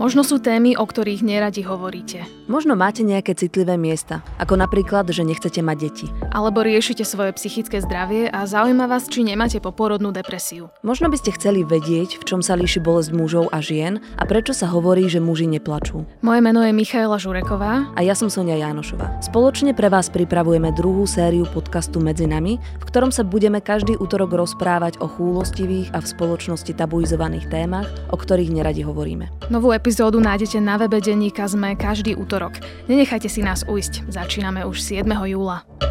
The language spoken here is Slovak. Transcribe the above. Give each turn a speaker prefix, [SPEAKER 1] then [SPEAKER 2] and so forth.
[SPEAKER 1] Možno sú témy, o ktorých neradi hovoríte.
[SPEAKER 2] Možno máte nejaké citlivé miesta, ako napríklad, že nechcete mať deti.
[SPEAKER 1] Alebo riešite svoje psychické zdravie a zaujíma vás, či nemáte poporodnú depresiu.
[SPEAKER 2] Možno by ste chceli vedieť, v čom sa líši bolesť mužov a žien a prečo sa hovorí, že muži neplačú.
[SPEAKER 1] Moje meno je Michaela Žureková.
[SPEAKER 2] A ja som Sonia Jánošová. Spoločne pre vás pripravujeme druhú sériu podcastu Medzi nami, v ktorom sa budeme každý útorok rozprávať o chúlostivých a v spoločnosti tabuizovaných témach, o ktorých neradi hovoríme.
[SPEAKER 1] Novú epizódu nájdete na webe denníka ZME každý útorok. Nenechajte si nás ujsť. Začíname už 7. júla.